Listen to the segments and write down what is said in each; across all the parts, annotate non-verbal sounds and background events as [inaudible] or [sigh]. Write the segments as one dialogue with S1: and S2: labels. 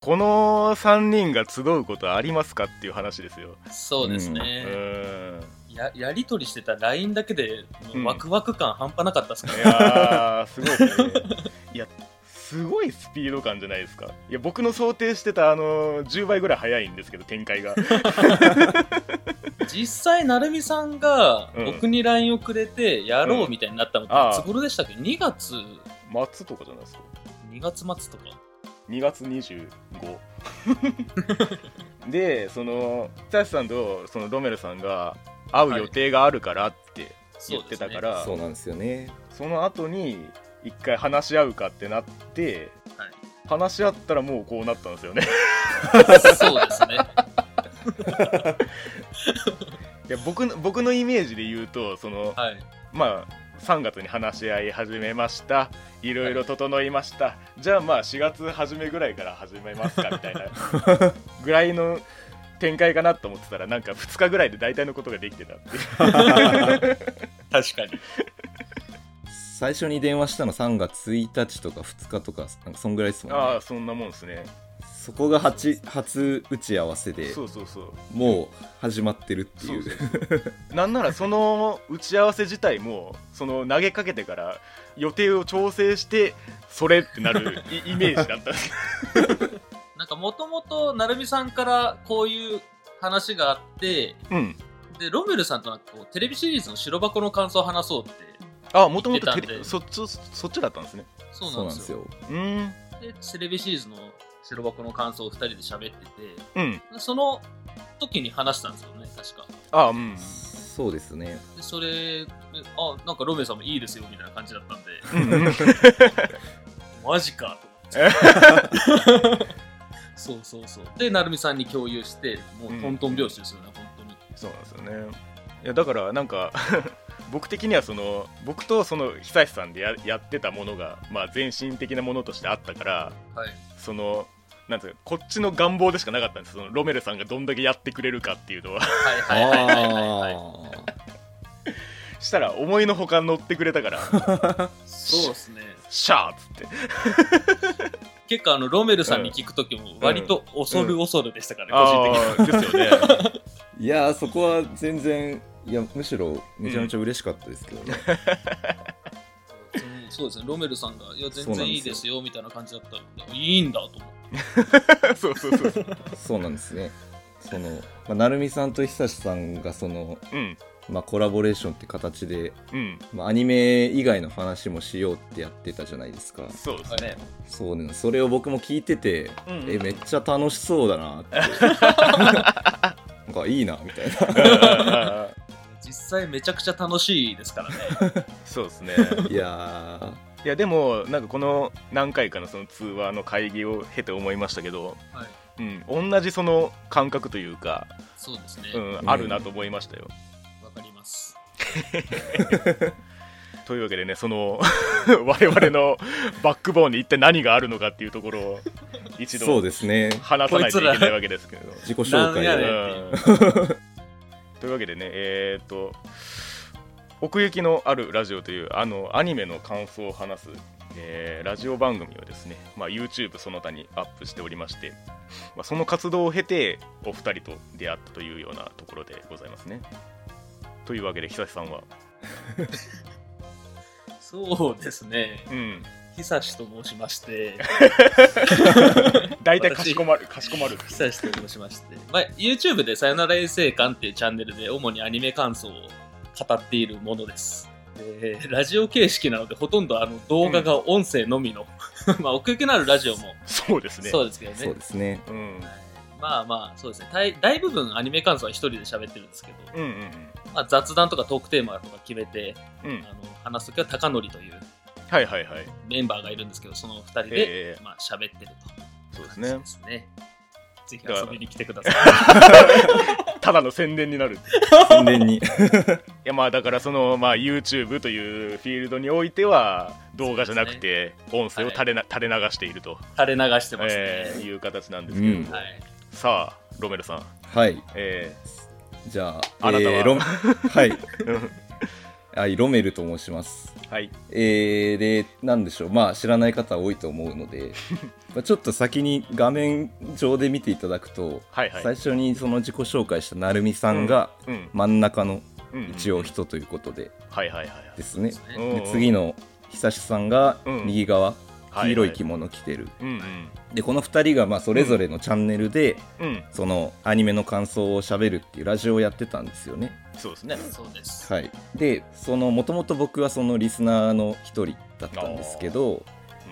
S1: この3人が集うことありますかっていう話ですよ。
S2: そうです
S1: う
S2: ね、
S1: ーん。
S2: ややり取りしてた LINE だけでもう
S1: うん
S2: ワクワク感半端なかったっすね、 [laughs]
S1: いやー、すごいですね。いや、すごいスピード感じゃないですか。いや、僕の想定してた、あのー、10倍ぐらい早いんですけど、展開が。
S2: 実際成美さんが
S1: うん
S2: 僕に LINE をくれてやろうみたいになったのって
S1: うんああ
S2: いつ頃でしたっけ2月
S1: 松とかじゃないですか。
S2: 2月末とか
S1: 2月25でその久しさんとそのロメルさんが会う予定があるからって
S2: そ
S1: 言
S2: う
S1: っ
S2: で
S1: て
S2: すね
S1: たから、
S3: そうなんですよね。
S1: その後に一回話し合うかってなって
S2: はい
S1: 話し合ったらもうこうなったんですよね [laughs]
S2: [laughs] そうですね
S1: いや僕の僕のイメージで言うとその、
S2: はい
S1: まあ3月に話し合い始めましたいろいろ整いました、じゃあまあ4月初めぐらいから始めますかみたい
S3: [laughs]
S1: なぐらいの展開かなと思ってたらなんか2日ぐらいで大体のことができてたっていう
S2: 確かに
S3: 最初に電話したの3月1日とか2日とか、なんかそんぐらいですもん
S1: あ
S3: ね
S1: あ。そんなもんですね
S3: そこが初初打ち合わせで
S1: そうそうそう
S3: もう始まってるって
S1: そ
S3: いうう。
S1: そうそうなんならその打ち合わせ自体もその投げかけてから予定を調整してそれってな
S2: [laughs]
S1: るイイメージだったんです
S2: なんかもともと成美さんからこういう話があって
S1: うん
S2: でロメルさんとなんかこうテレビシリーズの白箱の感想を話そうって
S1: あもともと
S2: 言ってたんで
S1: そっちそっちだったんですね
S2: そう
S3: そう
S2: な
S3: なん
S2: ん
S3: で
S2: ですすよ
S3: よ。
S1: うーん
S2: でテレビシリーズの白箱の感想を2人で喋ってて
S1: うん
S2: でその時に話したんですよね確か
S1: あ
S2: [laughs]
S1: うん
S3: そうですね。
S2: でそれであなんかロメルさんもいいですよみたいな感じだったんで
S1: うんうん
S2: マジかと思って
S1: [laughs]
S2: そうそうそうで成美さんに共有してもうトントン拍子ですよね、本当に
S1: そうなんですよねいやだからなんか [laughs] 僕的にはその僕とその久志さんでややってたものが、まあ、全身的なものとしてあったから
S2: はい
S1: そのなんていうかこっちの願望でしかなかったんですそのロメルさんがどんだけやってくれるかっていうのは
S2: はいはいはいはいはいはい
S3: ああ。
S1: したら思いのほか乗ってくれた
S3: [laughs]
S1: から
S2: そうですね
S1: シャーっつって
S2: 結構あのロメルさんに聞く時も割と恐る恐るでしたからね、個人的に
S1: あーですよ
S3: [laughs]
S1: ね
S3: いやーそこは全然いやむしろめちゃめちゃ嬉しかったですけどね、
S2: うんそうですねロメルさんが「いや
S3: そ
S2: 全
S3: うな
S2: 然
S3: んですよ
S2: いいですよ」みたいな感じだったのでいいんだと思って
S1: そうそうそうそう
S3: そうなんですねその、まあ、成美さんと久志さんがその、
S1: うん
S3: まあ、コラボレーションって形で、
S1: うん
S3: まあ、アニメ以外の話もしようってやってたじゃないですか
S1: そうですね、
S3: そうねそれを僕も聞いてて、
S1: うんうん
S3: えめっちゃ楽しそう
S1: [laughs]
S3: だなってなんかいいなみたいな
S1: あー
S2: 実際めちゃくちゃ楽しいですからね
S1: そうですね
S3: いや
S1: いやでもなんかこの何回かのその通話の会議を経て思いましたけど、
S2: はい
S1: うん、同じその感覚というか、
S2: そうですね
S1: う
S2: わ、
S1: ん
S3: うん
S1: あるなと思いましたよ。
S2: かります
S1: というわけでねその [laughs] 我々のバックボーンに一体何があるのかっていうところを一
S3: ーそう
S1: 度
S3: ですね
S1: 話さないといけないわけですけど。
S3: 自己紹介
S2: なんやね
S3: で
S1: うん [laughs] というわけでねえーっと奥行きのあるラジオというあのアニメの感想を話す、えーラジオ番組をですね、まあ、YouTube その他にアップしておりまして、まあ、その活動を経てお二人と出会ったというようなところでございますね。というわけで久志さんは、
S2: そうですね
S1: うん、
S2: 久しと申しまして
S1: 大体かしこまるかしこまる
S2: 久しと申しまして、まあ、YouTube で「さよなら衛生館」っていうチャンネルで主にアニメ感想を語っているものですでラジオ形式なのでほとんどあの動画が音声のみの、 [laughs] まあ奥行きのあるラジオも
S1: そうですね。
S2: そうですけどね
S3: そうですね
S1: うん
S2: まあまあそうですね大大部分アニメ感想は一人で喋ってるんですけど、
S1: うんうん
S2: まあ、雑談とかトークテーマとか決めて
S1: うんう
S2: あ
S1: ん
S2: の話す時は高則という
S1: はいはいはい。
S2: メンバーがいるんですけどその2人で、
S1: え
S2: まあ喋ってる
S1: ー、そうです
S2: という
S1: ね
S2: 感じ。ですねぜひ
S1: だから
S2: 遊びに来てくだ
S1: [laughs]
S2: さ
S1: ただの宣伝になる。
S3: 宣伝に [laughs]
S1: いやまあだからそのまあ YouTube というフィールドにおいては動画じゃなくて音声を垂れな、垂れ流していると、
S2: い垂れ流してますね、
S1: えーいう形なんですけれども、
S3: うん
S2: はい
S1: さあロメルさん、
S3: はい
S1: え
S3: じゃあ
S1: あなたは [laughs]
S3: えーロンはい
S1: ーうん
S3: はい、ロメルと申します。
S1: はい。
S3: えー、で、なんでしょう、まあ、知らない方多いと思う
S1: [laughs]
S3: ので、まあちょっと先に画面上で見ていただくと、
S1: はいはい
S3: 最初にその自己紹介した成美さんが
S1: うん。
S3: 真ん中の
S1: うん
S3: 一応。人ということで
S1: はいはいはい
S3: で
S1: は
S3: すね。
S1: い。
S2: ね
S1: うん
S3: で次。の久志さんが
S1: うん
S3: 右側、
S1: は
S3: 黄
S1: い
S3: 色
S1: はい
S3: い着物着てる。
S1: うんうん。
S3: で、この2人がまあそれぞれのチャンネルで、
S1: うん。
S3: そのアニメの感想をしゃべるっていうラジオをやってたんですよね。
S1: そうですね。
S2: そうです。
S3: はい、でそのもともと僕はそのリスナーの一人だったんですけど
S1: うん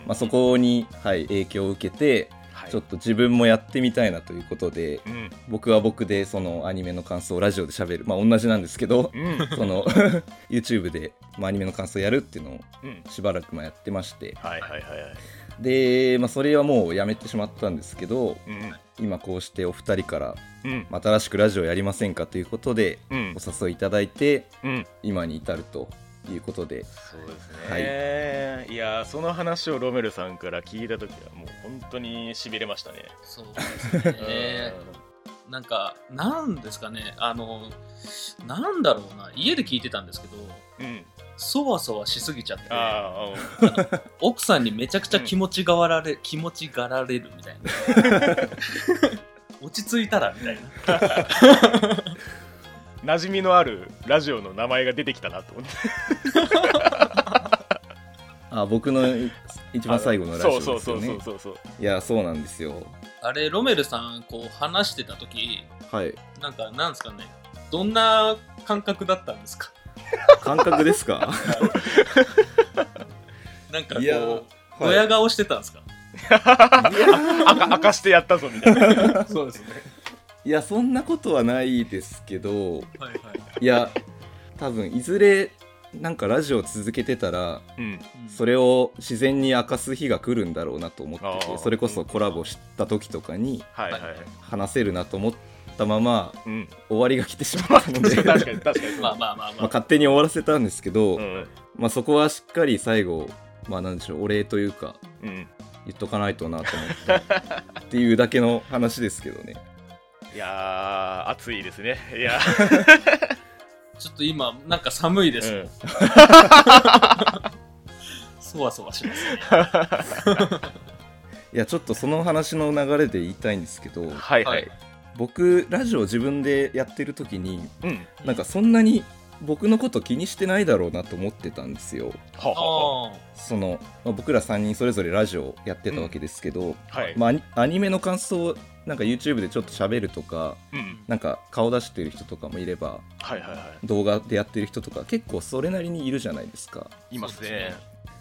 S3: まあ、そ。こに、はい、影響を受けて
S1: はい
S3: ちょっと自分もやってみたいなということで
S1: うん。
S3: 僕は僕でそのアニメの感想をラジオで喋るまあ同じなんですけど
S1: うん。
S3: その [laughs] YouTube で、まあ、アニメの感想をやるっていうのを
S1: うん。
S3: しばらくもやってまして
S1: はいはいはいはい。
S3: で、まあ、それはもうやめてしまったんですけど
S1: うん。
S3: 今こうしてお二人から
S1: うん。
S3: まあ新しくラジオやりませんかということで
S1: うん。
S3: お誘いいただいて
S1: うん。
S3: 今に至るということで
S1: そうですね。いやー、その話をロメルさんから聞いたときは、もう本当に痺れましたね。
S2: そうです
S1: [laughs]
S2: ね。なんか、なんですかね、あの、なんだろうな、家で聞いてたんですけど、
S1: うんうん。
S2: そわそわしすぎちゃって、
S1: あー
S2: 奥さんにめちゃくちゃ気持ちがわられ、気持ちがられるみたいな
S1: [laughs]
S2: 落ち着いたらみたいな
S1: あの、馴染みのあるラジオの名前が出てきたなと思って。
S3: あ僕の
S1: [laughs]
S3: い一番最後のラジオ
S1: そう
S3: です
S1: そ
S3: よ
S1: うそ
S3: ね
S1: うそうそう。
S3: いやそうなんですよ
S2: あれロメルさんこう話してた時
S3: はい
S2: なんかなんですかねどんな感覚だったんですか
S3: 感覚です [laughs] か
S2: なんかこう
S3: いやー
S2: ドヤ顔してたんですか、
S1: 赤明かしてやったぞみたいな。
S2: [laughs] そうですね
S3: いやそんなことはないですけ
S2: はいは
S3: ど
S2: い、
S3: いや多分いずれなんかラジオ続けてたら
S1: うん。
S3: それを自然に明かす日が来るんだろうなと思
S1: あ
S3: って
S1: ー
S3: てそれこそコラボした時とかに
S1: はいはい。
S3: 話せるなと思ったまま [laughs]
S1: うん。
S3: 終わりが来てしまったので
S1: 確
S3: [laughs]
S1: かに確かに。
S2: まあまあまあ
S3: まあ
S2: まあ、
S3: 勝手に終わらせたんですけど、
S1: うん。
S3: まあ、そこはしっかり最後、まあ、なんでしょうお礼というか
S1: うん。
S3: 言っとかないとなと思ってっていうだけの話ですけどね
S1: いやー、暑いですね。いや
S2: ちょっと今なんか寒いです、
S1: ー、うん
S2: そわそわしますね
S3: いやちょっとその話の流れで言いたいんですけど
S1: はいはい。
S3: 僕ラジオ自分でやってる時に
S1: うん。
S3: なんかそんなに僕のこと気にしてないだろうなと思ってたんですよ
S1: は
S2: あ
S1: はは。
S2: あ
S3: その、まあ僕ら3人それぞれラジオやってたわけですけど、
S1: はい。
S3: まあアニ、アニメの感想をなんか YouTube でちょっと喋るとか
S1: うん。
S3: なんか顔出してる人とかもいれば
S1: はいはいはい。
S3: 動画でやってる人とか結構それなりにいるじゃないですか
S1: いますね。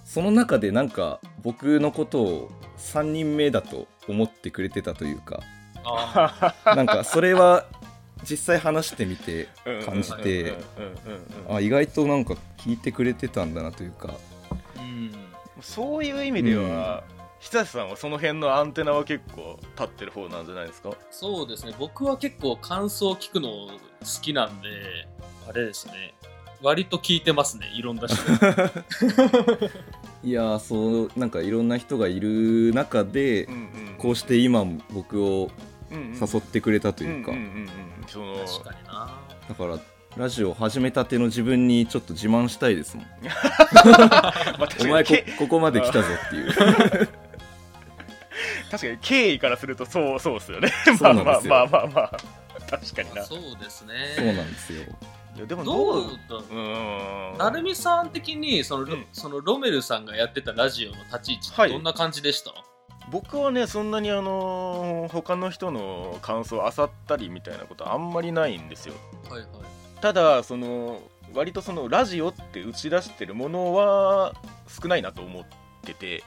S3: その中でなんか僕のことを3人目だと思ってくれてたという
S1: [laughs]
S3: か
S2: あ
S3: なんかそれは実際話してみて感じて
S1: うんうんうんうんうん
S3: あ意外となんか聞いてくれてたんだなというか
S2: あうん
S1: そういう意味では、久志さんはその辺のアンテナは結構立ってる方なんじゃないですか
S2: そうですね僕は結構感想を聞くの好きなんであれですね割と聞いてますねいろんな人
S3: いやーそうなんかいろんな人がいる中で
S1: うんうん
S3: こうして今も僕を誘ってくれたと
S1: と
S3: いうか
S1: その
S2: 確かにな
S3: だからラジオ始めたての自分にちょっと自慢したいですもん
S1: まあ確
S3: お
S1: か
S3: 前
S1: に
S3: こ
S1: け
S3: ここまで来たぞっていう
S1: 確かに経緯からするとそうそうですよね
S3: そ
S1: まあ
S3: うなん
S1: ま
S3: で
S1: あ
S3: す
S1: [laughs]
S3: よ
S1: まあまあまあ確かに
S2: ま
S1: な
S2: あそうです
S3: そう
S2: ね
S3: なんですよ
S1: いやでも
S2: どう
S1: う
S2: だろ
S1: う
S2: う
S1: ーん
S2: なるみさん的にその,、
S1: うん
S2: そのロメルさんがやってたラジオの立ち位置っ
S1: は
S2: て
S1: い
S2: どんな感じでした、
S1: 僕はねそんなにあのー他の人の感想を漁ったりみたいなことあんまりないんですよ
S2: はいはい
S1: ただその割とそのラジオって打ち出してるものは少ないなと思ってて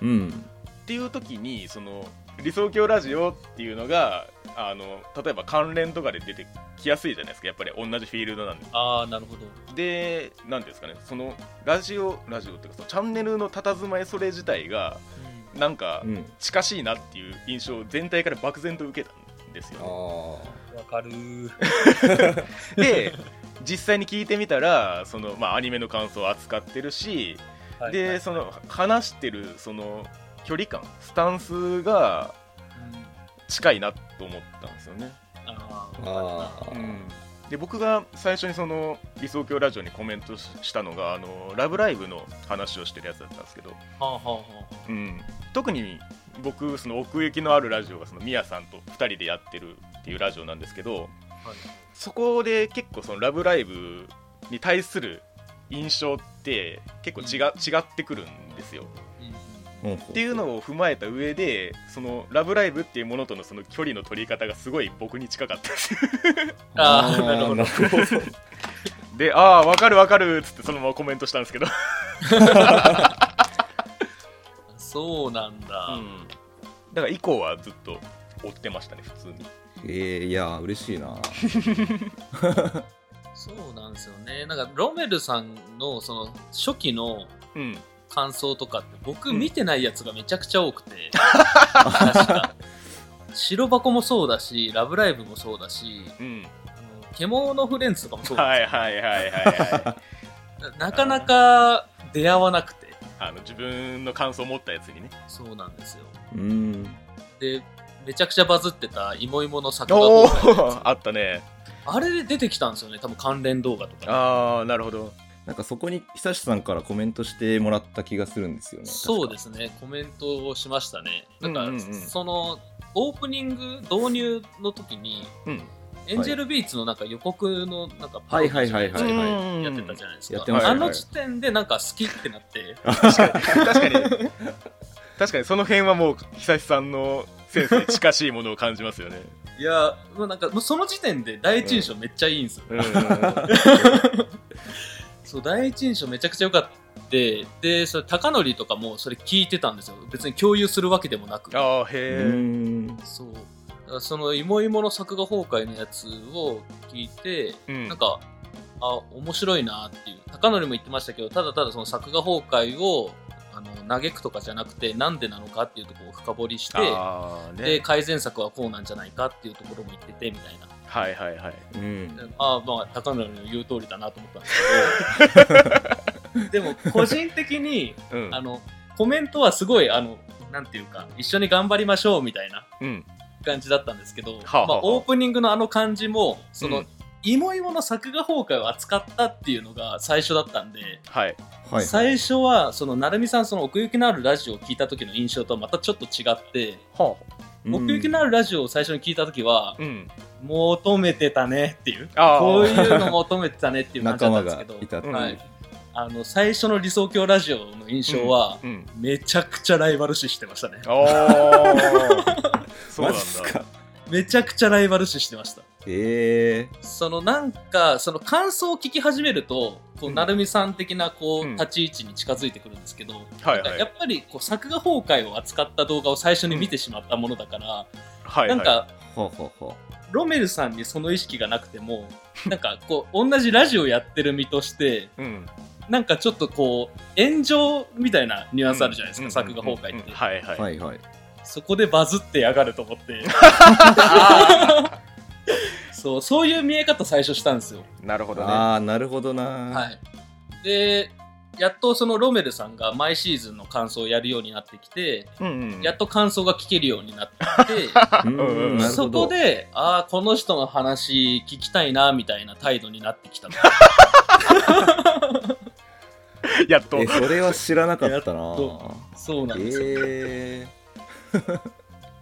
S2: うん
S3: うん
S1: っていう時にその理想郷ラジオっていうのがあの例えば関連とかで出てきやすいじゃないですかやっぱり同じフィールドなんで
S2: ああなるほど
S1: で何ですかねそのラジオラジオっていうかそのチャンネルの佇まいそれ自体がなんか
S3: うん
S1: 近しいなっていう印象を全体から漠然と受けたんですよね、
S3: あ
S2: わ、かるー
S1: で実際に聞いてみたらその、まあ、アニメの感想を扱ってるし、
S2: はい
S1: で、
S2: はい
S1: その話してるその距離感スタンスが
S2: うん
S1: 近いなと思ったんですよね、
S2: あーわかるな
S3: あー
S1: うんで僕が最初にその理想郷ラジオにコメントししたのが「あのラブライブ!」の話をしてるやつだったんですけど、
S2: はあはあは
S1: うん、特に僕その奥行きのあるラジオがそのミヤさんと2人でやってるっていうラジオなんですけど
S2: あ、はい、
S1: そこで結構その「ラブライブ!」に対する印象って結構違,、違ってくるんですよ。
S2: うん
S3: うん
S1: っていうのを踏まえた上でその「ラブライブ!」っていうものとのその距離の取り方がすごい僕に近かったんですよ
S2: ああなるほど
S3: ほど
S1: [laughs] で「ああ分かる分かる」っつってそのままコメントしたんですけど、
S2: そうなんだ、
S1: だから以降はずっと追ってましたね普通に
S3: えー、いやー嬉しいな
S2: そうなんですよねなんかロメルさんのその初期の
S1: うん
S2: 感想とかって僕
S1: うん
S2: 見てないやつがめちゃくちゃ多くて、 [laughs] 確か白箱もそうだし「ラブライブ!」もそうだし
S1: うん
S2: あの「獣フレンズ」とかもそうだ
S1: はいはいはいはいはい [laughs]
S2: なかなか出会わなくて
S1: あの自分の感想を持ったやつにね
S2: そうなんですよ
S3: うん
S2: でめちゃくちゃバズってた「いもいもの作画
S1: お
S2: 動
S1: お
S2: 画のやつ
S1: あったね
S2: あれで出てきたんですよね多分関連動画とか
S1: ああなるほど
S3: なんかそこに久志さんからコメントしてもらった気がするんですよね
S2: そうですすねコメントをしましたねなんか、
S1: うんうんうん
S2: そのオープニング導入の時に
S1: うん
S2: エンジェルビーツのなんか予告のなんか
S3: はいはいはいはい
S2: や
S3: は
S2: ってたじゃないです
S3: や
S2: か
S3: っ。てました
S2: あ
S3: ね
S2: の時点でなんか好きってなって、
S1: 確かに確かにその辺はもう久志さんのセンスに近しいものを感じますよね
S2: いや、もうなんかもうその時点で第一印象めっちゃいいんですよ。
S1: うんは
S2: そう第一印象めちゃくちゃ良かった。で、でそれ高典とかもそれ聞いてたんですよ。別に共有するわけでもなく。
S1: ああ
S3: い
S1: へえ
S3: ん
S2: そう。だからそのいもいもの作画崩壊のやつを聞いて、
S1: うん
S2: なんか、あ、面白いなっていう。高典も言ってましたけど、ただただその作画崩壊をあの嘆くとかじゃなくて、なんでなのかっていうところを深掘りして、
S1: ああ
S2: で
S1: ね
S2: 改善策はこうなんじゃないかっていうところも言っててみたいな
S1: はいはいはい
S3: うん
S2: ああまあ高野の言う通りだなと思ったん
S1: [laughs]
S2: ですけどでも個人的に
S1: うん
S2: あのコメントはすごいあのなんていうか一緒に頑張りましょうみたいな
S1: うん
S2: 感じだったんですけど、
S1: はあ
S2: ま
S1: は
S2: あ
S1: あ
S2: オープニングのあの感じもそうの
S1: ん
S2: いもいもの作画崩壊を扱ったっていうのが最初だったんで、
S1: はい
S3: はい
S2: 最初はその成美さんその奥行きのあるラジオを聞いた時の印象とはまたちょっと違って
S1: は
S3: う
S2: 奥
S3: ん
S2: 行きのあるラジオを最初に聞いた時は
S1: あうん
S2: 求めてたねっていう
S1: ああ
S2: こういうの求めてたねっていう感じ
S3: 仲
S2: だ
S3: 間
S2: った
S3: が
S2: んです
S3: い
S2: けど
S3: たってい
S1: 仲間
S3: う
S1: が
S2: はい、あの最初の理想郷ラジオの印象は、
S1: うん
S2: めちゃくちゃライバル視してましたね
S1: ああそうなん
S3: マジっす
S1: だ
S3: か
S2: めちゃくちゃライバル視してました
S3: え
S2: そのなんかその感想を聞き始めるとこ
S1: う
S2: うん成美さん的なこう、
S1: うん
S2: 立ち位置に近づいてくるんですけど、
S1: はい
S2: なん
S1: は
S2: か
S1: い
S2: やっぱりこう作画崩壊を扱った動画を最初に見てしまったものだから、
S1: はいはい
S2: なんか
S3: ー、ほうほうほ
S2: ロメルさんにその意識がなくてもなんかこう同じラジオやってる身として
S1: うん
S2: なんかちょっとこう炎上みたいなニュアンスあるじゃないですか、
S1: うん
S2: 作画崩壊
S1: う
S2: っ
S1: ん
S2: て、
S1: はいは
S3: う
S1: い、
S3: はいはい
S2: そこでバズってやがると思ってそうそういう見え方最初したんですよ、
S1: なるほどね
S3: ああなるほどな
S2: はい、でやっとそのロメルさんが毎シーズンの感想をやるようになってきて
S1: うんうん
S2: やっと感想が聞けるようになってきて
S3: うん
S1: うん [laughs] なる
S2: そこで、ああ、この人の話聞きたいな、みたいな態度になってきたの。
S1: やっと
S3: えそれは知らなかったな
S2: やっとそうなんですよ。
S3: え
S2: だか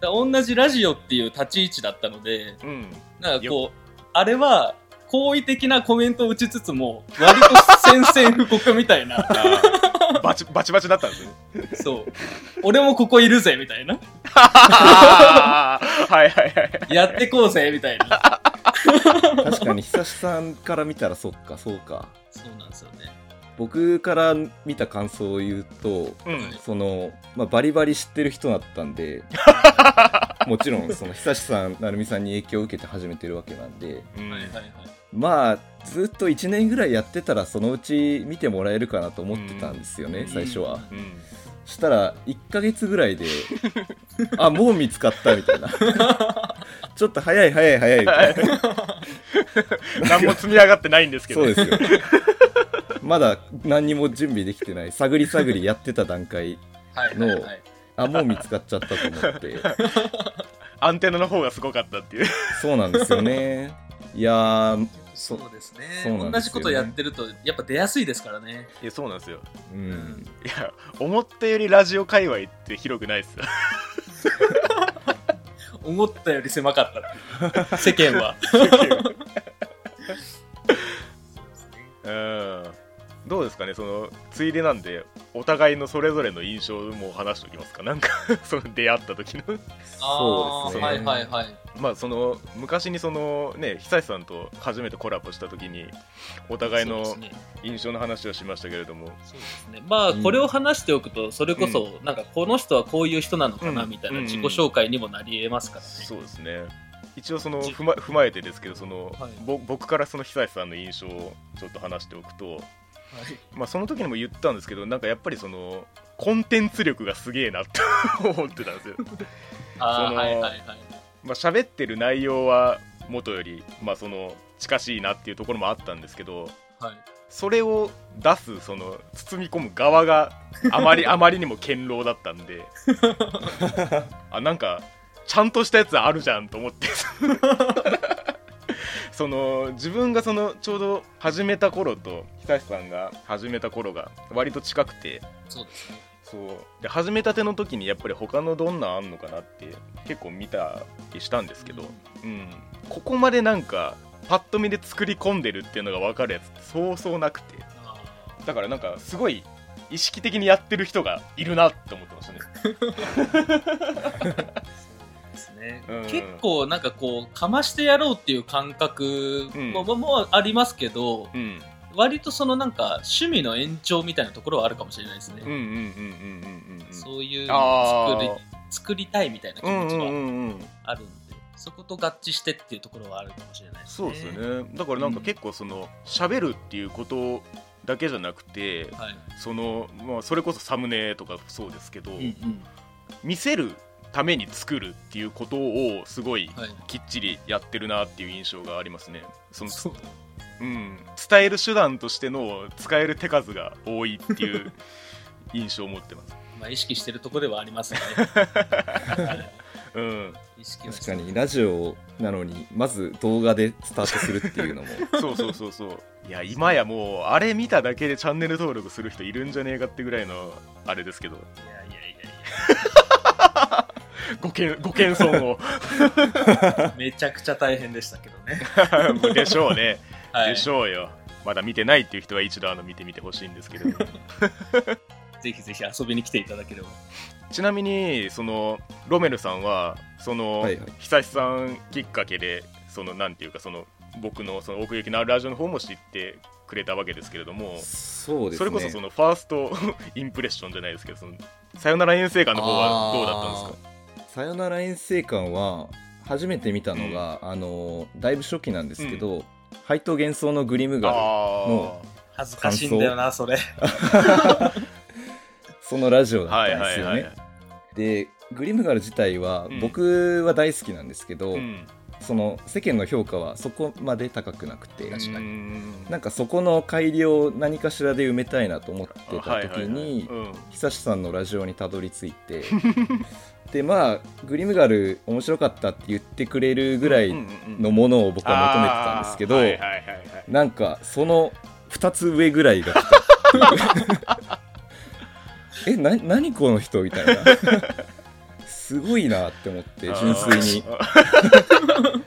S2: ら同じラジオっていう立ち位置だったので、
S1: うん
S2: なんかこう、あれは、好意的なコメントを打ちつつも、割と宣戦布告みたいな、
S1: あーバチバチバチだったんですね
S2: そう。俺もここいるぜ、みたいな。
S1: あーはいはいはい
S2: やってこうぜ、みたいな。
S3: ー、確かに久志さんから見たらそっかそうか
S2: そうなんですよね。
S3: 僕から見た感想を言うと
S1: うん
S3: その、まあ、バリバリ知ってる人だったんでもちろんその久志さん成美さんに影響を受けて始めてるわけなんで
S1: うん
S2: はいはいはい。
S3: まあずっと1年ぐらいやってたらそのうち見てもらえるかなと思ってたんですよね、
S1: うん
S3: 最初は
S1: うん
S3: したら1ヶ月ぐらいであもう見つかったみた [laughs] いなちょっと早い早い早いみたいな
S1: 何も積み上がってないんですけど
S3: そうですよまだ何にも準備できてない探り探りやってた段階
S2: はいはいはい。
S3: あもう見つかっちゃったと思って
S1: アンテナの方がすごかったっていう
S3: そうなんですよね。いやー、そ
S2: そうですね
S3: そうなんですよね
S2: 同じことやってるとやっぱ出やすいですからね
S1: いやそうなんですよ
S3: うん
S1: いや思ったよりラジオ界隈って広くないですよ
S2: 思ったより狭かったっていう世間は
S1: うんどうですかねそのついでなんでお互いのそれぞれの印象も話しておきますか [laughs] なんかその出会った時の
S3: そうですね
S2: あーはいはいはい
S1: [laughs] まあその昔にそのね久石さんと初めてコラボした時にお互い
S2: そ
S1: の
S2: うですね
S1: 印象の話をしましたけれども
S2: そうですねまあ
S3: うん
S2: これを話しておくとそれこそなんかこの人はこういう人なのかな
S1: うん
S2: みたいな
S1: うん
S2: 自己紹介にもなりえますからね
S1: そうですね一応その
S2: じ
S1: 踏ま踏まえてですけどその、
S2: はい
S1: ぼ僕からその久石さんの印象をちょっと話しておくと、
S2: はい
S1: まあ、その時にも言ったんですけどなんかやっぱりそのコンテンツ力がすげえなって思ってたんですよ。
S2: あー
S1: その
S2: はいはいはい
S1: まあ喋ってる内容は元より、まあ、その近しいなっていうところもあったんですけど
S2: はい
S1: それを出すその包み込む側があまりあまりにも堅牢だったんであなんかちゃんとしたやつあるじゃんと思って [laughs] その自分がそのちょうど始めた頃と久志さんが始めた頃が割と近くて
S2: そうですね
S1: そうで始めたての時にやっぱり他のどんなんあんのかなって結構見たりしたんですけど、うん、ここまでなんかパッと見で作り込んでるっていうのが分かるやつってそうそうなくて
S2: あ
S1: だからなんかすごい意識的にやってる人がいるなって思ってましたね
S2: ーですね
S1: うん
S2: 結構なんかこうかましてやろうっていう感覚も,、
S1: う
S2: もありますけど
S1: うん
S2: 割とそのなんか趣味の延長みたいなところはあるかもしれないですね、
S1: うんうんうんうんうんうん
S2: そういうの
S1: あー
S2: を作り作りたいみたいな気
S1: うん
S2: 持
S1: う
S2: ち
S1: ん
S2: は
S1: うんうん
S2: あるんで、そこと合致してっていうところはあるかもしれないです
S1: そう
S2: ね。
S1: ですよねだからなんか結構その喋るっていうことだけじゃなくて
S2: はい。
S1: その、まあ、それこそサムネとかそうですけど、
S2: うんうん。
S1: 見せるために作るっていうことをすごい
S2: はい。
S1: きっちりやってるなっていう印象がありますねその
S2: そう
S1: うん、伝える手段としての使える手数が多いっていう印象を持ってます、
S2: まあ意識してるところではありま
S1: [laughs]
S2: すね。はい
S1: うん、
S2: 意識はし
S3: 確
S2: て
S3: か
S2: る
S3: にラジオなのにまず動画でスタートするっていうのも
S1: そうそうそうそういや今やもうあれ見ただけでチャンネル登録する人いるんじゃねえかってぐらいのあれですけど
S2: いやいやいやい
S1: ごけんご謙遜を
S2: や。めちゃくちゃ大変でしたけどね。
S1: もう [laughs] でしょうね、
S2: はい。
S1: でしょうよまだ見てないっていう人は一度あの見てみてほしいんです
S3: [laughs]
S1: けれども
S2: ぜひぜひ遊びに来ていただければ。
S1: ちなみにそのロメルさんはその、
S3: はいはい
S1: 久志さんきっかけでそのなんていうかその僕のその奥行きのあるラジオの方も知ってくれたわけですけれども
S3: [laughs] そうですね
S1: それこそそのファースト [laughs] インプレッションじゃないですけどそのさよなら遠征館の方はどうだったんですか
S3: すかさよなら遠征館は初めて見たのが、あのだいぶ初期なんですけど、配当幻想のグリムガル
S1: あ
S2: 恥ずかしいんだよな、それ。
S3: そのラジオ
S1: あ
S3: だっ
S1: はい
S3: たんで
S1: はい
S3: すよね、
S1: はい
S3: でグリムガル自体は
S1: うん
S3: 僕は大好きなんですけど、
S1: うん
S3: その世間の評価はそこまで高くなくて
S2: 確かに
S1: うん
S3: なんかそこの改良を何かしらで埋めたいなと思って
S1: あ
S3: た
S1: はいは
S3: 時
S1: いはい
S3: に
S1: うん
S3: 久志さんのラジオにたどり着いてでまあグリムガル面白かったって言ってくれるぐらい
S1: うんうんうん
S3: のものを僕は求めてたんですけど、
S1: あーはいはいはいはい
S3: なんかその2つ上ぐらいが来
S1: [laughs]
S3: たえな何この人みたいなすごいなって思って純粋に
S1: あー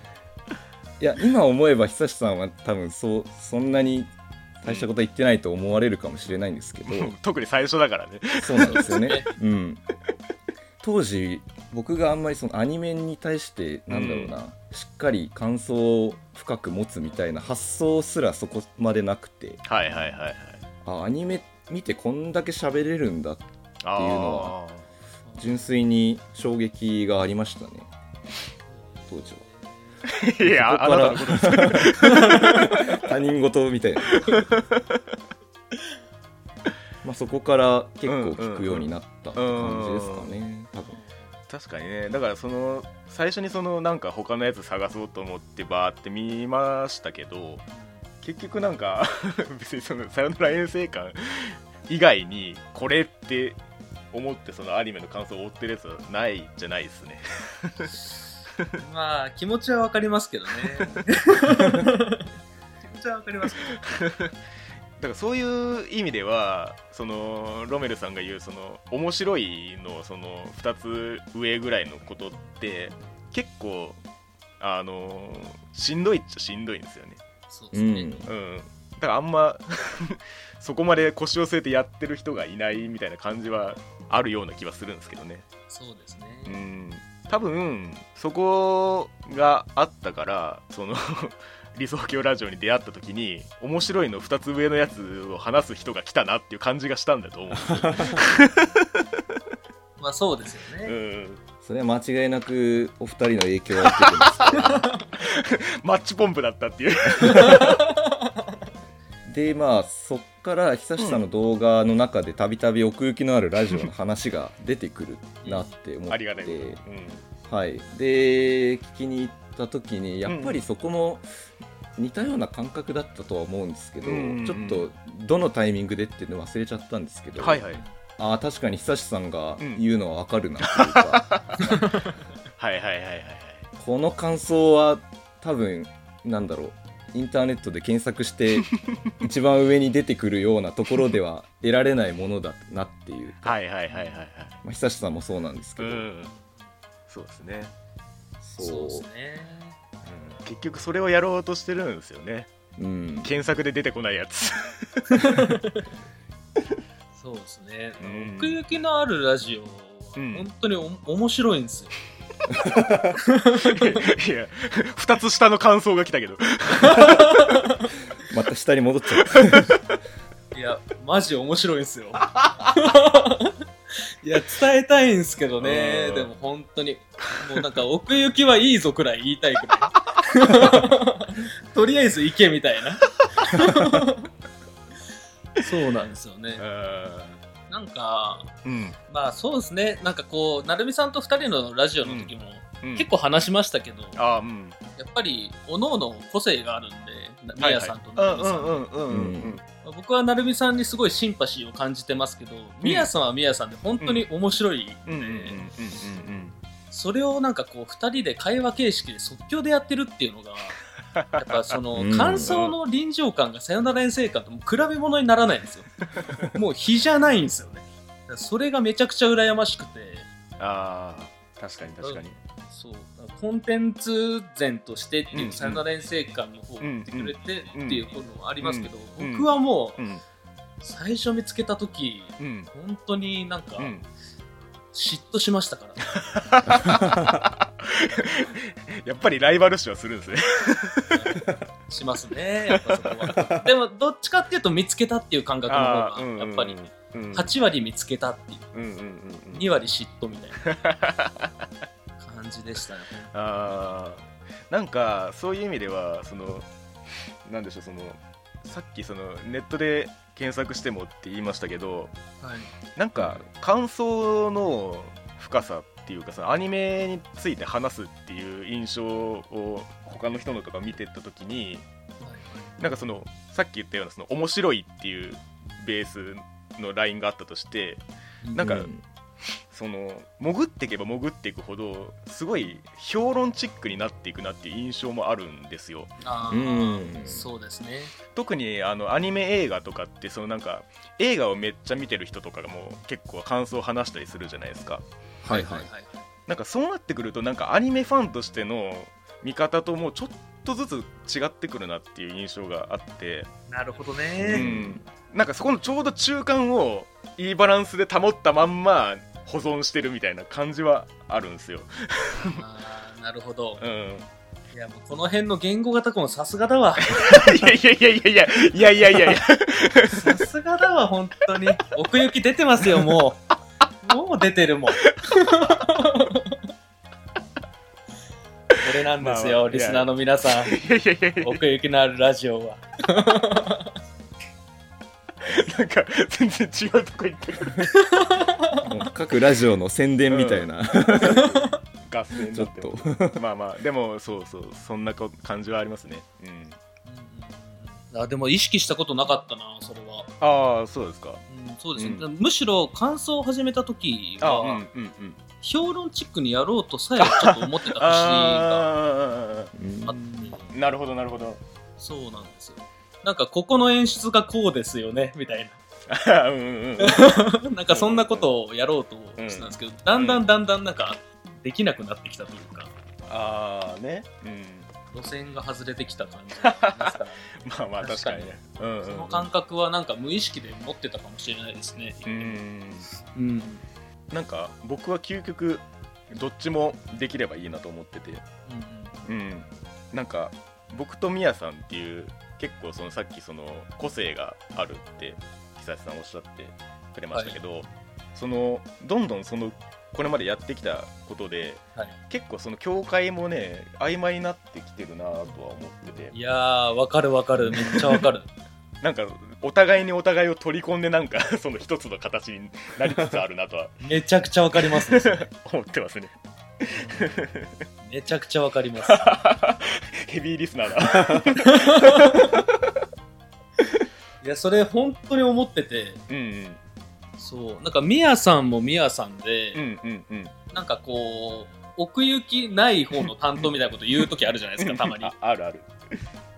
S3: いや今思えば久志さんは多分そうそんなに大したこと言ってないと思われるかもしれないんですけど、
S1: もう [laughs] 特に最初だからね
S3: そうなんですよね。うん、当時僕があんまりそのアニメに対してなんだろうな、しっかり感想を深く持つみたいな発想すらそこまでなくて
S1: はいはいはいはい
S3: あアニメ見てこんだけ喋れるんだ
S1: あ
S3: っていうの
S1: あ
S3: は純粋に衝撃がありましたね当時
S1: い
S3: [laughs]
S1: やああなたのことです
S3: は [laughs] 他人事みたいな。 [laughs] まあそこから結構聞くようになったって感じですかね、多分。
S1: 確かにねだからその最初にそのなんか他のやつ探そうと思ってバーって見ましたけど結局なんか [laughs] 別にその「さよなら遠征感」以外にこれって思ってそのアニメの感想を追ってるやつはないじゃないですね
S2: まあ気持ちはわかりますけどね。ちゃわかりますけど
S1: だからそういう意味ではそのロメルさんが言うその面白いのその2つ上ぐらいのことって結構あのしんどいっちゃしんどいんですよね。
S2: そうですね、
S3: うん
S1: うん、だからあんま [laughs] そこまで腰を据えてやってる人がいないみたいな感じはあるような気はするんですけどね。
S2: そうです
S1: う
S2: ね、
S1: ん、多分そこがあったからその [laughs] 理想郷ラジオに出会った時に面白いの2つ上のやつを話す人が来たなっていう感じがしたんだと思うんですよ
S2: まあそうですよ
S1: う
S2: ね、
S1: ん、
S3: それは間違いなくお二人の影響は受けてますね
S1: マッチポンプだったっていう
S3: でまあそっから久志さんの動画の中でたびたび奥行きのあるラジオの話が出てくるなって思っ
S1: ありがたいこと
S3: て
S1: うん
S3: はい、で聞きに行った時にやっぱりそこも似たような感覚だったとは思うんですけど、
S1: うんうんうん
S3: ちょっとどのタイミングでっていうの忘れちゃったんですけど、
S1: はいはい
S3: ああ確かに久志さんが言うのはわかるなっていうか、
S1: はいはいはいはいはい
S3: この感想は多分なんだろうインターネットで検索して一番上に出てくるようなところでは得られないものだなっていう、
S1: はいはいはいはいはい
S3: まあ、久志さんもそうなんですけ
S1: う
S3: ど、
S1: んそうですね、
S2: そう
S3: そ
S2: です
S3: う
S2: ね
S1: うん、結局それをやろうとしてるんですよね
S3: うん
S1: 検索で出てこないや [laughs] つ
S2: そうですね、
S1: うん
S2: 奥行きのあるラジオは
S1: うん
S2: 本当にお、面白いんですよ
S1: いや2つ下の感想が来たけど
S3: また下に戻っちゃった
S2: いやマジ面白いん
S1: [laughs]
S2: ですよいや伝えたいんですけどね
S1: うん
S2: でも本当にもうなんか奥行きはいいぞくらい言いたいくら
S1: [laughs]
S2: いとりあえず行けみたいなそうなんですよねなんか
S1: うん、
S2: まあそうですねなんかこう成美さんと2人のラジオの時も
S1: うん、
S2: 結構話しましたけど、や
S1: ああうん
S2: っぱり各々個性があるんでなみやさんと
S1: はい
S2: 成美さん、
S1: はいうんうんうんうんうん
S2: まあ僕は成美さんにすごいシンパシーを感じてますけどみや、さんはみやさんで本当に面白いんで、
S1: うんうんうんうん
S2: それをなんかこう2人で会話形式で即興でやってるっていう
S1: [laughs]
S2: のがやっぱその
S3: うん
S2: 感想の臨場感がさよなら遠征感ともう比べ物にならないんですよもう比じゃないんですよねだからそれがめちゃくちゃ羨ましくて
S1: ああ確かに確かに
S2: そうだからコンテンツ前としてって
S1: うん
S2: いううんさよなら遠征感の方を言ってくれて
S1: うんうん
S2: っていうこともありますけど
S1: うん
S2: 僕はもう
S1: うん
S2: 最初見つけた時
S1: うん
S2: 本当になんか
S1: うん
S2: 嫉妬しましたから
S1: やっぱりライバル視はするんですね
S2: [laughs] しますね、やっぱそこは。でも、どっちかっていうと見つけたっていう感覚の
S1: ああ
S2: 方が、やっぱり
S1: うんうん
S2: 8割見つけたっていう、
S1: うんうんうんうん
S2: 2割嫉妬みたいな感じ
S1: [laughs]
S2: でしたね。
S1: あーなんかそういう意味ではそのなんでしょうそのさっきそのネットで検索してもって言いましたけど
S2: はい、
S1: なんか感想の深さっていうかさアニメについて話すっていう印象を他の人のとか見てった時になんかそのさっき言ったようなその面白いっていうベースのラインがあったとしてなんか
S3: うん
S1: その潜っていけば潜っていくほどすごい評論チックになっていくなっていう印象もあるんですよ
S2: ああ、
S3: うん
S2: そうですね。
S1: 特にあのアニメ映画とかってそのなんか映画をめっちゃ見てる人とかがもう結構感想を話したりするじゃないですか
S3: はいは
S2: は
S3: い
S2: いはい
S1: なんかそうなってくるとなんかアニメファンとしての見方ともうちょっとずつ違ってくるなっていう印象があって、
S2: なるほど
S1: う
S2: ね。
S1: ん、なんかそこのちょうど中間をいいバランスで保ったまんま保存してるみたいな感じはあるんですよ、
S2: ああなるほど
S1: う。ん、
S2: いや、もうこの辺の言語型コンさすがだわ。
S1: いやいやいやいやいやいやいやいやいや
S2: さすがだわ、本当に。奥行き出てますよ、もう。もう出てるもん。これなんですよ、
S1: まあまあ
S2: リスナーの皆さん。
S1: いやいや
S2: 奥行きのあるラジオは。
S1: なんか全然違うとこ行ってる
S3: もう各ラジオの宣伝みたいな、
S1: 合戦に
S3: ち
S1: な
S3: ょってと
S1: ますまあまあでもそうそうそんなこ感じはありますね、うん、
S2: あでも意識したことなかったな、それは。
S1: ああそうですか
S2: うん、そうですね、
S1: う
S2: むしろ感想を始めた時
S1: あ
S2: は、
S1: うんうんうん
S2: 評論チックにやろ [laughs] うとさえちょっと思ってた節があ
S1: あ
S2: っ
S3: うん
S2: て
S1: ーなるほどなるほど
S2: そうなんですよなんかここの演出がこうですよねみたい
S1: うんうんうん
S2: ななんかそんなことをやろうとしてたんですけど、だんだんだんだんなんかできなくなってきたというか
S4: ああね
S1: うん
S2: 路線が外れてきた [laughs] 感じですから、
S1: まあまあ確かにねうんうんうん
S2: その感覚はなんか無意識で持ってたかもしれないですね
S1: うん
S2: うん
S1: なんか僕は究極どっちもできればいいなと思っててうん、なんか僕とみやさんっていう結構そのさっきその個性があるって久石さんおっしゃってくれましたけど、そのどんどんそのこれまでやってきたことで、
S2: はい
S1: 結構その境界もね曖昧になってきてるなとは思ってて
S2: いやーわかるわかるめっちゃわかる [laughs]
S1: なんかお互いにお互いを取り込んでなんか [laughs] その一つの形になりつつあるなとは [laughs]
S2: めちゃくちゃわかりますねそれ
S1: 思ってますね
S2: めちゃくちゃわかり [laughs] ます
S1: ヘビーリスナー
S2: [laughs]
S1: だ
S2: いやそれ本当に思ってて
S1: うんうん
S2: そうなんかミヤさんもミヤさんで、
S1: うんうんうん
S2: なんかこう奥行きない方の担当みたいなこと言う時あるじゃないですかたまに
S1: ああるある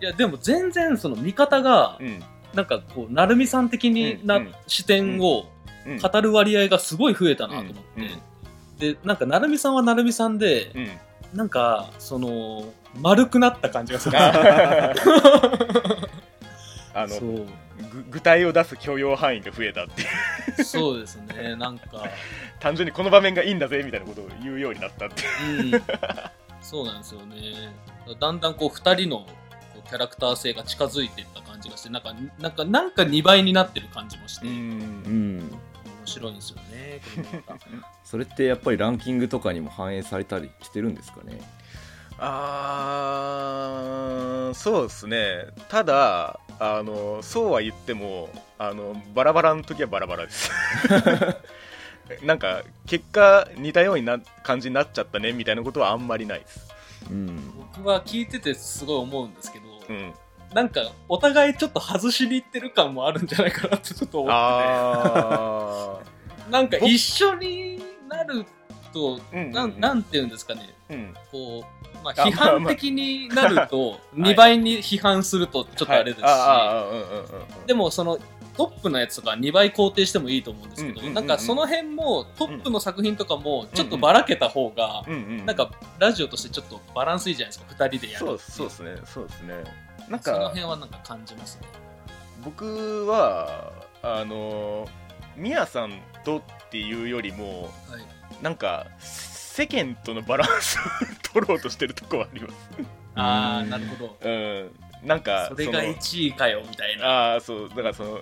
S2: いやでも全然その見方が
S1: うん
S2: なんかこう成美さん的にな、
S1: うんうん
S2: 視点を
S1: うん
S2: 語る割合がすごい増えたなと思って、でなんか成美さんは成美さんで、
S1: うん
S2: なんかその丸くなった感じがする [laughs]
S1: あの
S2: そう
S1: ぐ具体を出す許容範囲が増えたっていう [laughs]
S2: そうですねなんか
S1: 単純にこの場面がいいんだぜみたいなことを言うようになったっていう
S2: うんそうなんですよねだんだんこう2人のこうキャラクター性が近づいていった感じがしてなんかなんかなんか2倍になってる感じもして、面
S3: うん
S2: 白いんですよねこれが
S3: それってやっぱりランキングとかにも反映されたりしてるんですかね
S1: あーそうですねただあのそうは言ってもあのバラバラの時はバラバラです [laughs] なんか結果似たようにな感じになっちゃったねみたいなことはあんまりないです
S3: うん
S2: 僕は聞いててすごい思うんですけど、
S1: うん
S2: なんかお互いちょっと外しにいってる感もあるんじゃないかなってちょっと思って
S1: あ
S2: てなんか一緒になると
S1: あうん
S2: なんなん [laughs] ていうんですかね
S1: うん
S2: こう、まあ、
S1: あ
S2: 批判的になる
S1: [laughs]
S2: と、2倍に批判するとちょっとあれですし、
S1: はいあーあーうんうんうんうん
S2: でもそのトップのやつとか2倍肯定してもいいと思うんですけど、
S1: うんうんうんうん
S2: なんかその辺もトップの作品とかもちょっとばらけた方が、
S1: うんうん
S2: なんかラジオとしてちょっとバランスいいじゃないですか2人でやる
S1: そうそうですねそうですねなん
S2: その
S1: か
S2: 辺はなんか感じますね
S1: 僕はあのミヤさんとっていうよりも
S2: はい
S1: なんか世間とのバランスを取ろうとしてるとこはあります
S2: ああなるほど
S1: うんなんか
S2: それが
S1: の
S2: 1位かよみたいなは
S1: ああそうだからその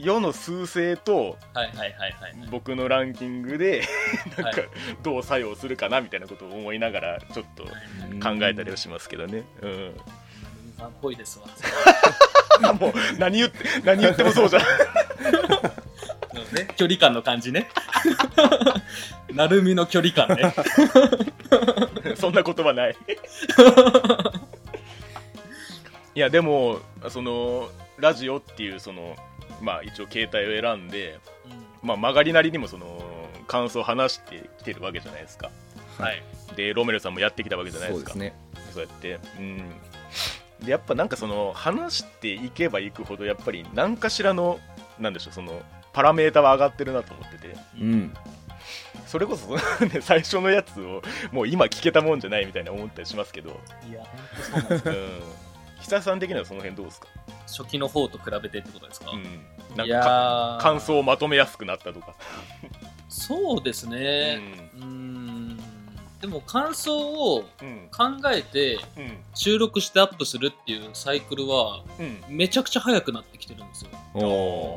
S1: 世の数勢と
S2: いはいはいはい
S1: 僕のランキングでなんか
S2: は
S1: どう作用するかなみたいなことを思いながらちょっと
S2: 成
S1: 考えたりはしますけどね、
S2: [laughs]
S1: うん、
S2: 美さんっぽいですわ
S1: あもう何言って何言ってもそうじゃん
S2: そうね距離感の感じ
S1: [laughs]
S2: ねなるみの距離感ね
S1: [laughs] そんな言葉ない
S3: [laughs]
S1: いやでもそのラジオっていうそのまあ一応携帯を選んで、まあ、曲がりなりにもその感想を話してきてるわけじゃないですか
S2: はい
S1: でロメルさんもやってきたわけじゃないで
S3: そ
S1: す
S3: うで
S1: か
S3: すね
S1: そうやってうんでやっぱなんかその話していけばいくほどやっぱり何かしらのなんでしょうそのパラメータは上がってるなと思ってて
S3: うん
S1: それこそ、 [laughs] ね、最初のやつをもう今聞けたもんじゃないみたいな思ったりしますけど
S2: いや
S1: うん久さん的にはその辺どうですか、
S2: 初期の方と比べてってことですか、
S1: うん、なん
S2: い
S1: か
S2: や
S1: か
S2: ー
S1: 感想をまとめやすくなったとか、
S2: そうですねうーんでも感想を
S1: うんうん
S2: 考えて
S1: うん
S2: 収録してアップするっていうサイクルは
S1: うん
S2: めちゃくちゃ早くなってきてるんですよ
S3: お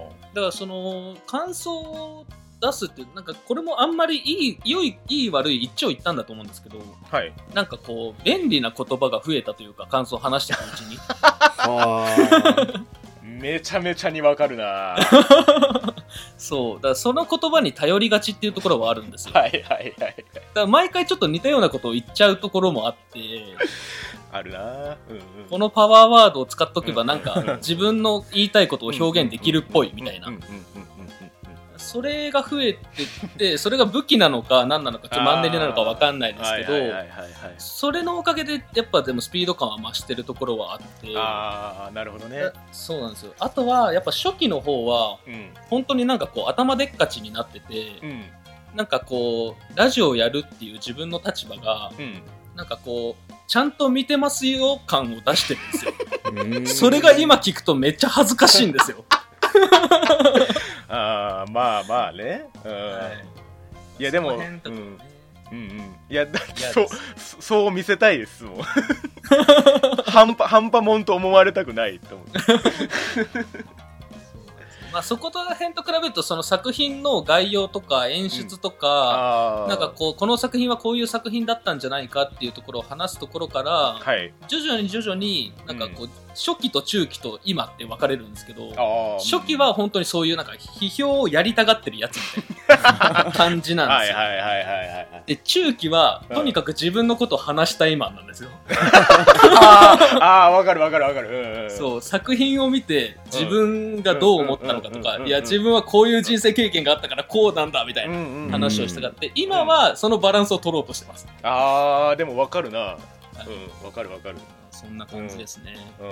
S3: お
S2: だからその感想を出すってなんかこれもあんまりいい良いいい悪い一長一短だと思うんですけど
S1: はい
S2: なんかこう便利な言葉が増えたというか感想を話していくうち
S1: [laughs]
S2: に
S3: は
S1: めちゃめちゃにわかるな
S2: そうだからその言葉に頼りがちっていうとこ [laughs] ろはあるんですよ、
S1: はいはいはい
S2: だから毎回ちょっと似たようなことを言っちゃうところもあって
S1: あるなうんうん
S2: このパワーワードを使っとけばなん
S1: うんうんう
S2: か
S1: ん
S2: 自分の言いたいことを表現できるっぽいみたいな
S1: うんうんうんうんうんうん
S2: それが増えてって、それが武器なのか何なのか、ちょっとマンネリなのか分かんないです
S1: はい
S2: けど、
S1: はいはいはいはい
S2: それのおかげで、やっぱでもスピード感は増してるところはあって、
S1: ああなるほどね
S2: そうなんですよ。あとは、やっぱ初期の方は、
S1: うん
S2: 本当になんかこう、頭でっかちになって
S1: う
S2: て、
S1: ん
S2: なんかこう、ラジオやるっていう自分の立場が、
S1: うん
S2: なんかこう、ちゃんと見てますよ感を出してる
S1: [laughs]
S2: んですよ。
S3: うん
S2: それが今聞くとめっちゃ恥ずかしいんで
S1: [laughs]
S2: すよ。
S1: ああまあまあねうん、いやでも
S2: その辺とかね
S1: うんうんうんいやだ
S2: 嫌
S1: そう
S2: です
S1: そ [laughs] そう見せたいですもん半端半端もんと思われたくないと思って
S2: まあ、そことら辺と比べるとその作品の概要とか演出とか、
S1: あー
S2: なんかこうこの作品はこういう作品だったんじゃないかっていうところを話すところから、
S1: はい
S2: 徐々に徐々になんかこう、初期と中期と今って分かれるんですけど
S1: あー
S2: 初期は本当にそういうなんか批評をやりたがってるやつみた
S1: [laughs]
S2: いな感じなん
S1: は
S2: で
S1: い
S2: すよ。
S1: はいはいはいはい
S2: [laughs]
S1: はい
S2: で中期は
S1: うん
S2: とにかく自分のことを話したいマンなんですよ。
S1: ああーわかるわかるわかるうんうん
S2: そう作品を見て自分がどう思ったのかと
S1: うんうんうんうんうん
S2: か
S1: うん
S2: いや自分はこういう人生経験があったからこうなんだみたい
S1: うん
S2: な
S1: うんうん
S2: 話をしたがって今はそのバランスを取ろうとしてます
S1: ああでもわかるなうんわかるわかる
S2: そんな感じですね、
S1: うん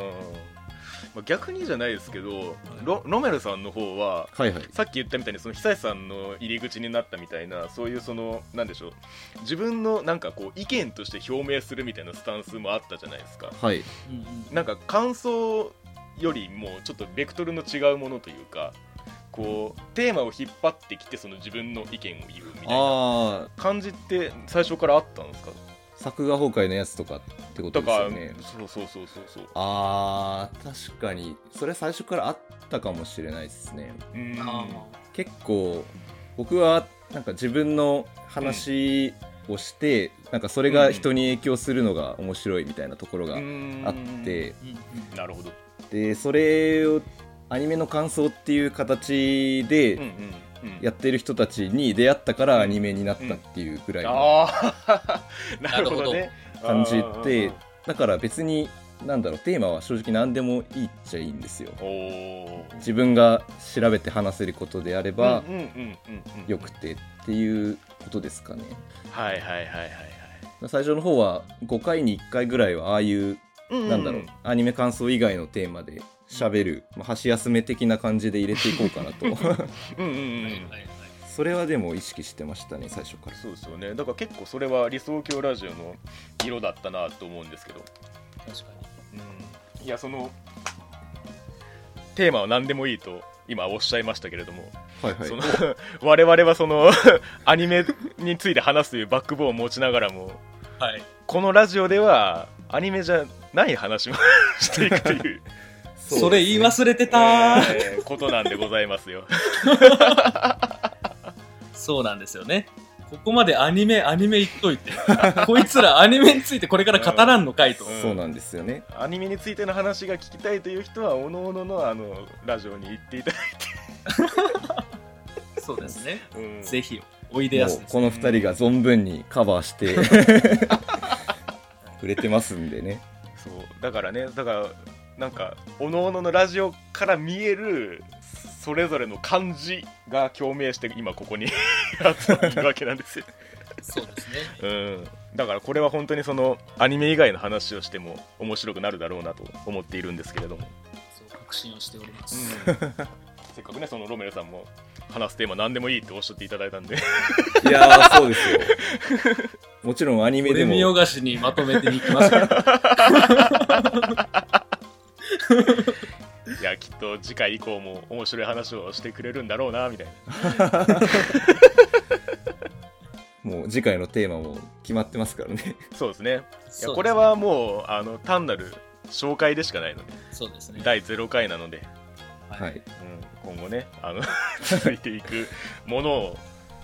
S1: まあ逆にじゃないですけどロロメルさんの方は
S3: はいはい
S1: さっき言ったみたいにその久石さんの入り口になったみたいなそういうそのなんでしょう自分のなんかこう意見として表明するみたいなスタンスもあったじゃないですか
S3: はい
S2: うんうん
S1: なんか感想よりもちょっとベクトルの違うものというかこうテーマを引っ張ってきてその自分の意見を言うみたいな
S3: ああ
S1: 感じって最初からあったんですか
S3: 作画崩壊のやつとかってこと
S1: と
S3: です
S1: か
S3: よね
S1: そうそうそうそうそう
S3: あー確かにそれ最初からあったかもしれないですね
S1: うん
S2: あ
S3: 結構僕はなんか自分の話をして、なんかそれが人に影響するのが面白いみたいなところがあって、
S2: ーうんうん
S1: なるほど
S3: でそれをアニメの感想っていう形
S1: うん
S3: で
S1: うんうん
S3: やってる人たちに出会ったからアニメになったっていうぐらいの
S1: ああ [laughs] なるほどね
S3: 感じで
S1: あー
S3: だから別になんだろうテーマは正直何でもいいっちゃいいんですよ
S1: おお
S3: 自分が調べて話せることであれば
S1: うんうんうんうんうん
S3: よくてっていうことですかね
S1: はいはいはいはいはい
S3: 最初の方は5回に1回ぐらいはああいうなんだろう、アニメ感想以外のテーマで喋る、まあ、箸休め的な感じで入れていこうか
S1: [laughs]
S3: なと
S1: うんうんうん
S2: は
S1: うん
S2: いはいはい
S3: それはでも意識してましたね最初から
S1: そうですよねだから結構それは理想郷ラジオの色だったなと思うんですけど、
S2: 確かに
S1: うん、いやそのテーマは何でもいいと今おっしゃいましたけれども、
S3: はいは
S1: その [laughs] 我々はその [laughs] アニメについて話すというバックボーンを持ちながらも
S2: はい
S1: このラジオではアニメじゃない話も [laughs] していくという、
S2: それ言い忘れてた、
S1: えーことなんでございますよ。
S2: そうなんですよねここまでアニメアニメ言っといて [laughs] こいつらアニメについてこれから語らんのかいと、
S1: うん
S3: そうなんですよね
S1: アニメについての話が聞きたいという人はおのおののあのラジオに行っていただい
S2: そうですね
S1: て、うん
S2: ぜひおいで
S3: も
S2: や
S3: う
S2: すです
S3: この2人が存分にカバーして [laughs] 触れてますんでね
S1: そうだからねだからなんかおのおののラジオから見えるそれぞれの感じが共鳴して今ここに集まってるわけなん [laughs] ですよ、
S2: そうですね
S1: うん、だからこれは本当にそのアニメ以外の話をしても面白くなるだろうなと思っているんですけれども、
S2: そう確信をしております、
S1: [laughs] せっかくねそのロメルさんも話すテーマ何でもいいっておっしゃっていただいたんで
S3: いやーそうですよもちろんアニメ
S2: こ
S3: で
S2: れ見よ
S3: も
S2: がしにまとめていきますから
S1: いやきっと次回以降も面白い話をしてくれるんだろうなみたいな
S3: もう次回のテーマも決まってますからね
S1: そうですねいや
S2: そう
S1: これはもうあの単なる紹介でしかないので
S2: そうですね
S1: 第0回なので、
S3: は
S2: はい
S3: い
S1: うん、今後ねあの [laughs] 続いていくものを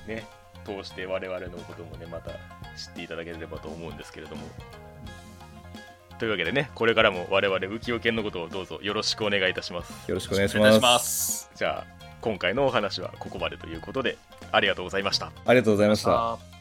S1: ね通して我々のこともねまた知っていただければと思うんですけれどもというわけでねこれからも我々浮世研のことをどうぞよろしくお願いいたします
S3: よろしくお願いし
S2: お願い
S3: ま
S2: し
S3: す
S2: ます
S1: じゃあ今回のお話はここまでということでありがとうございました
S3: ありがとうございました
S2: あ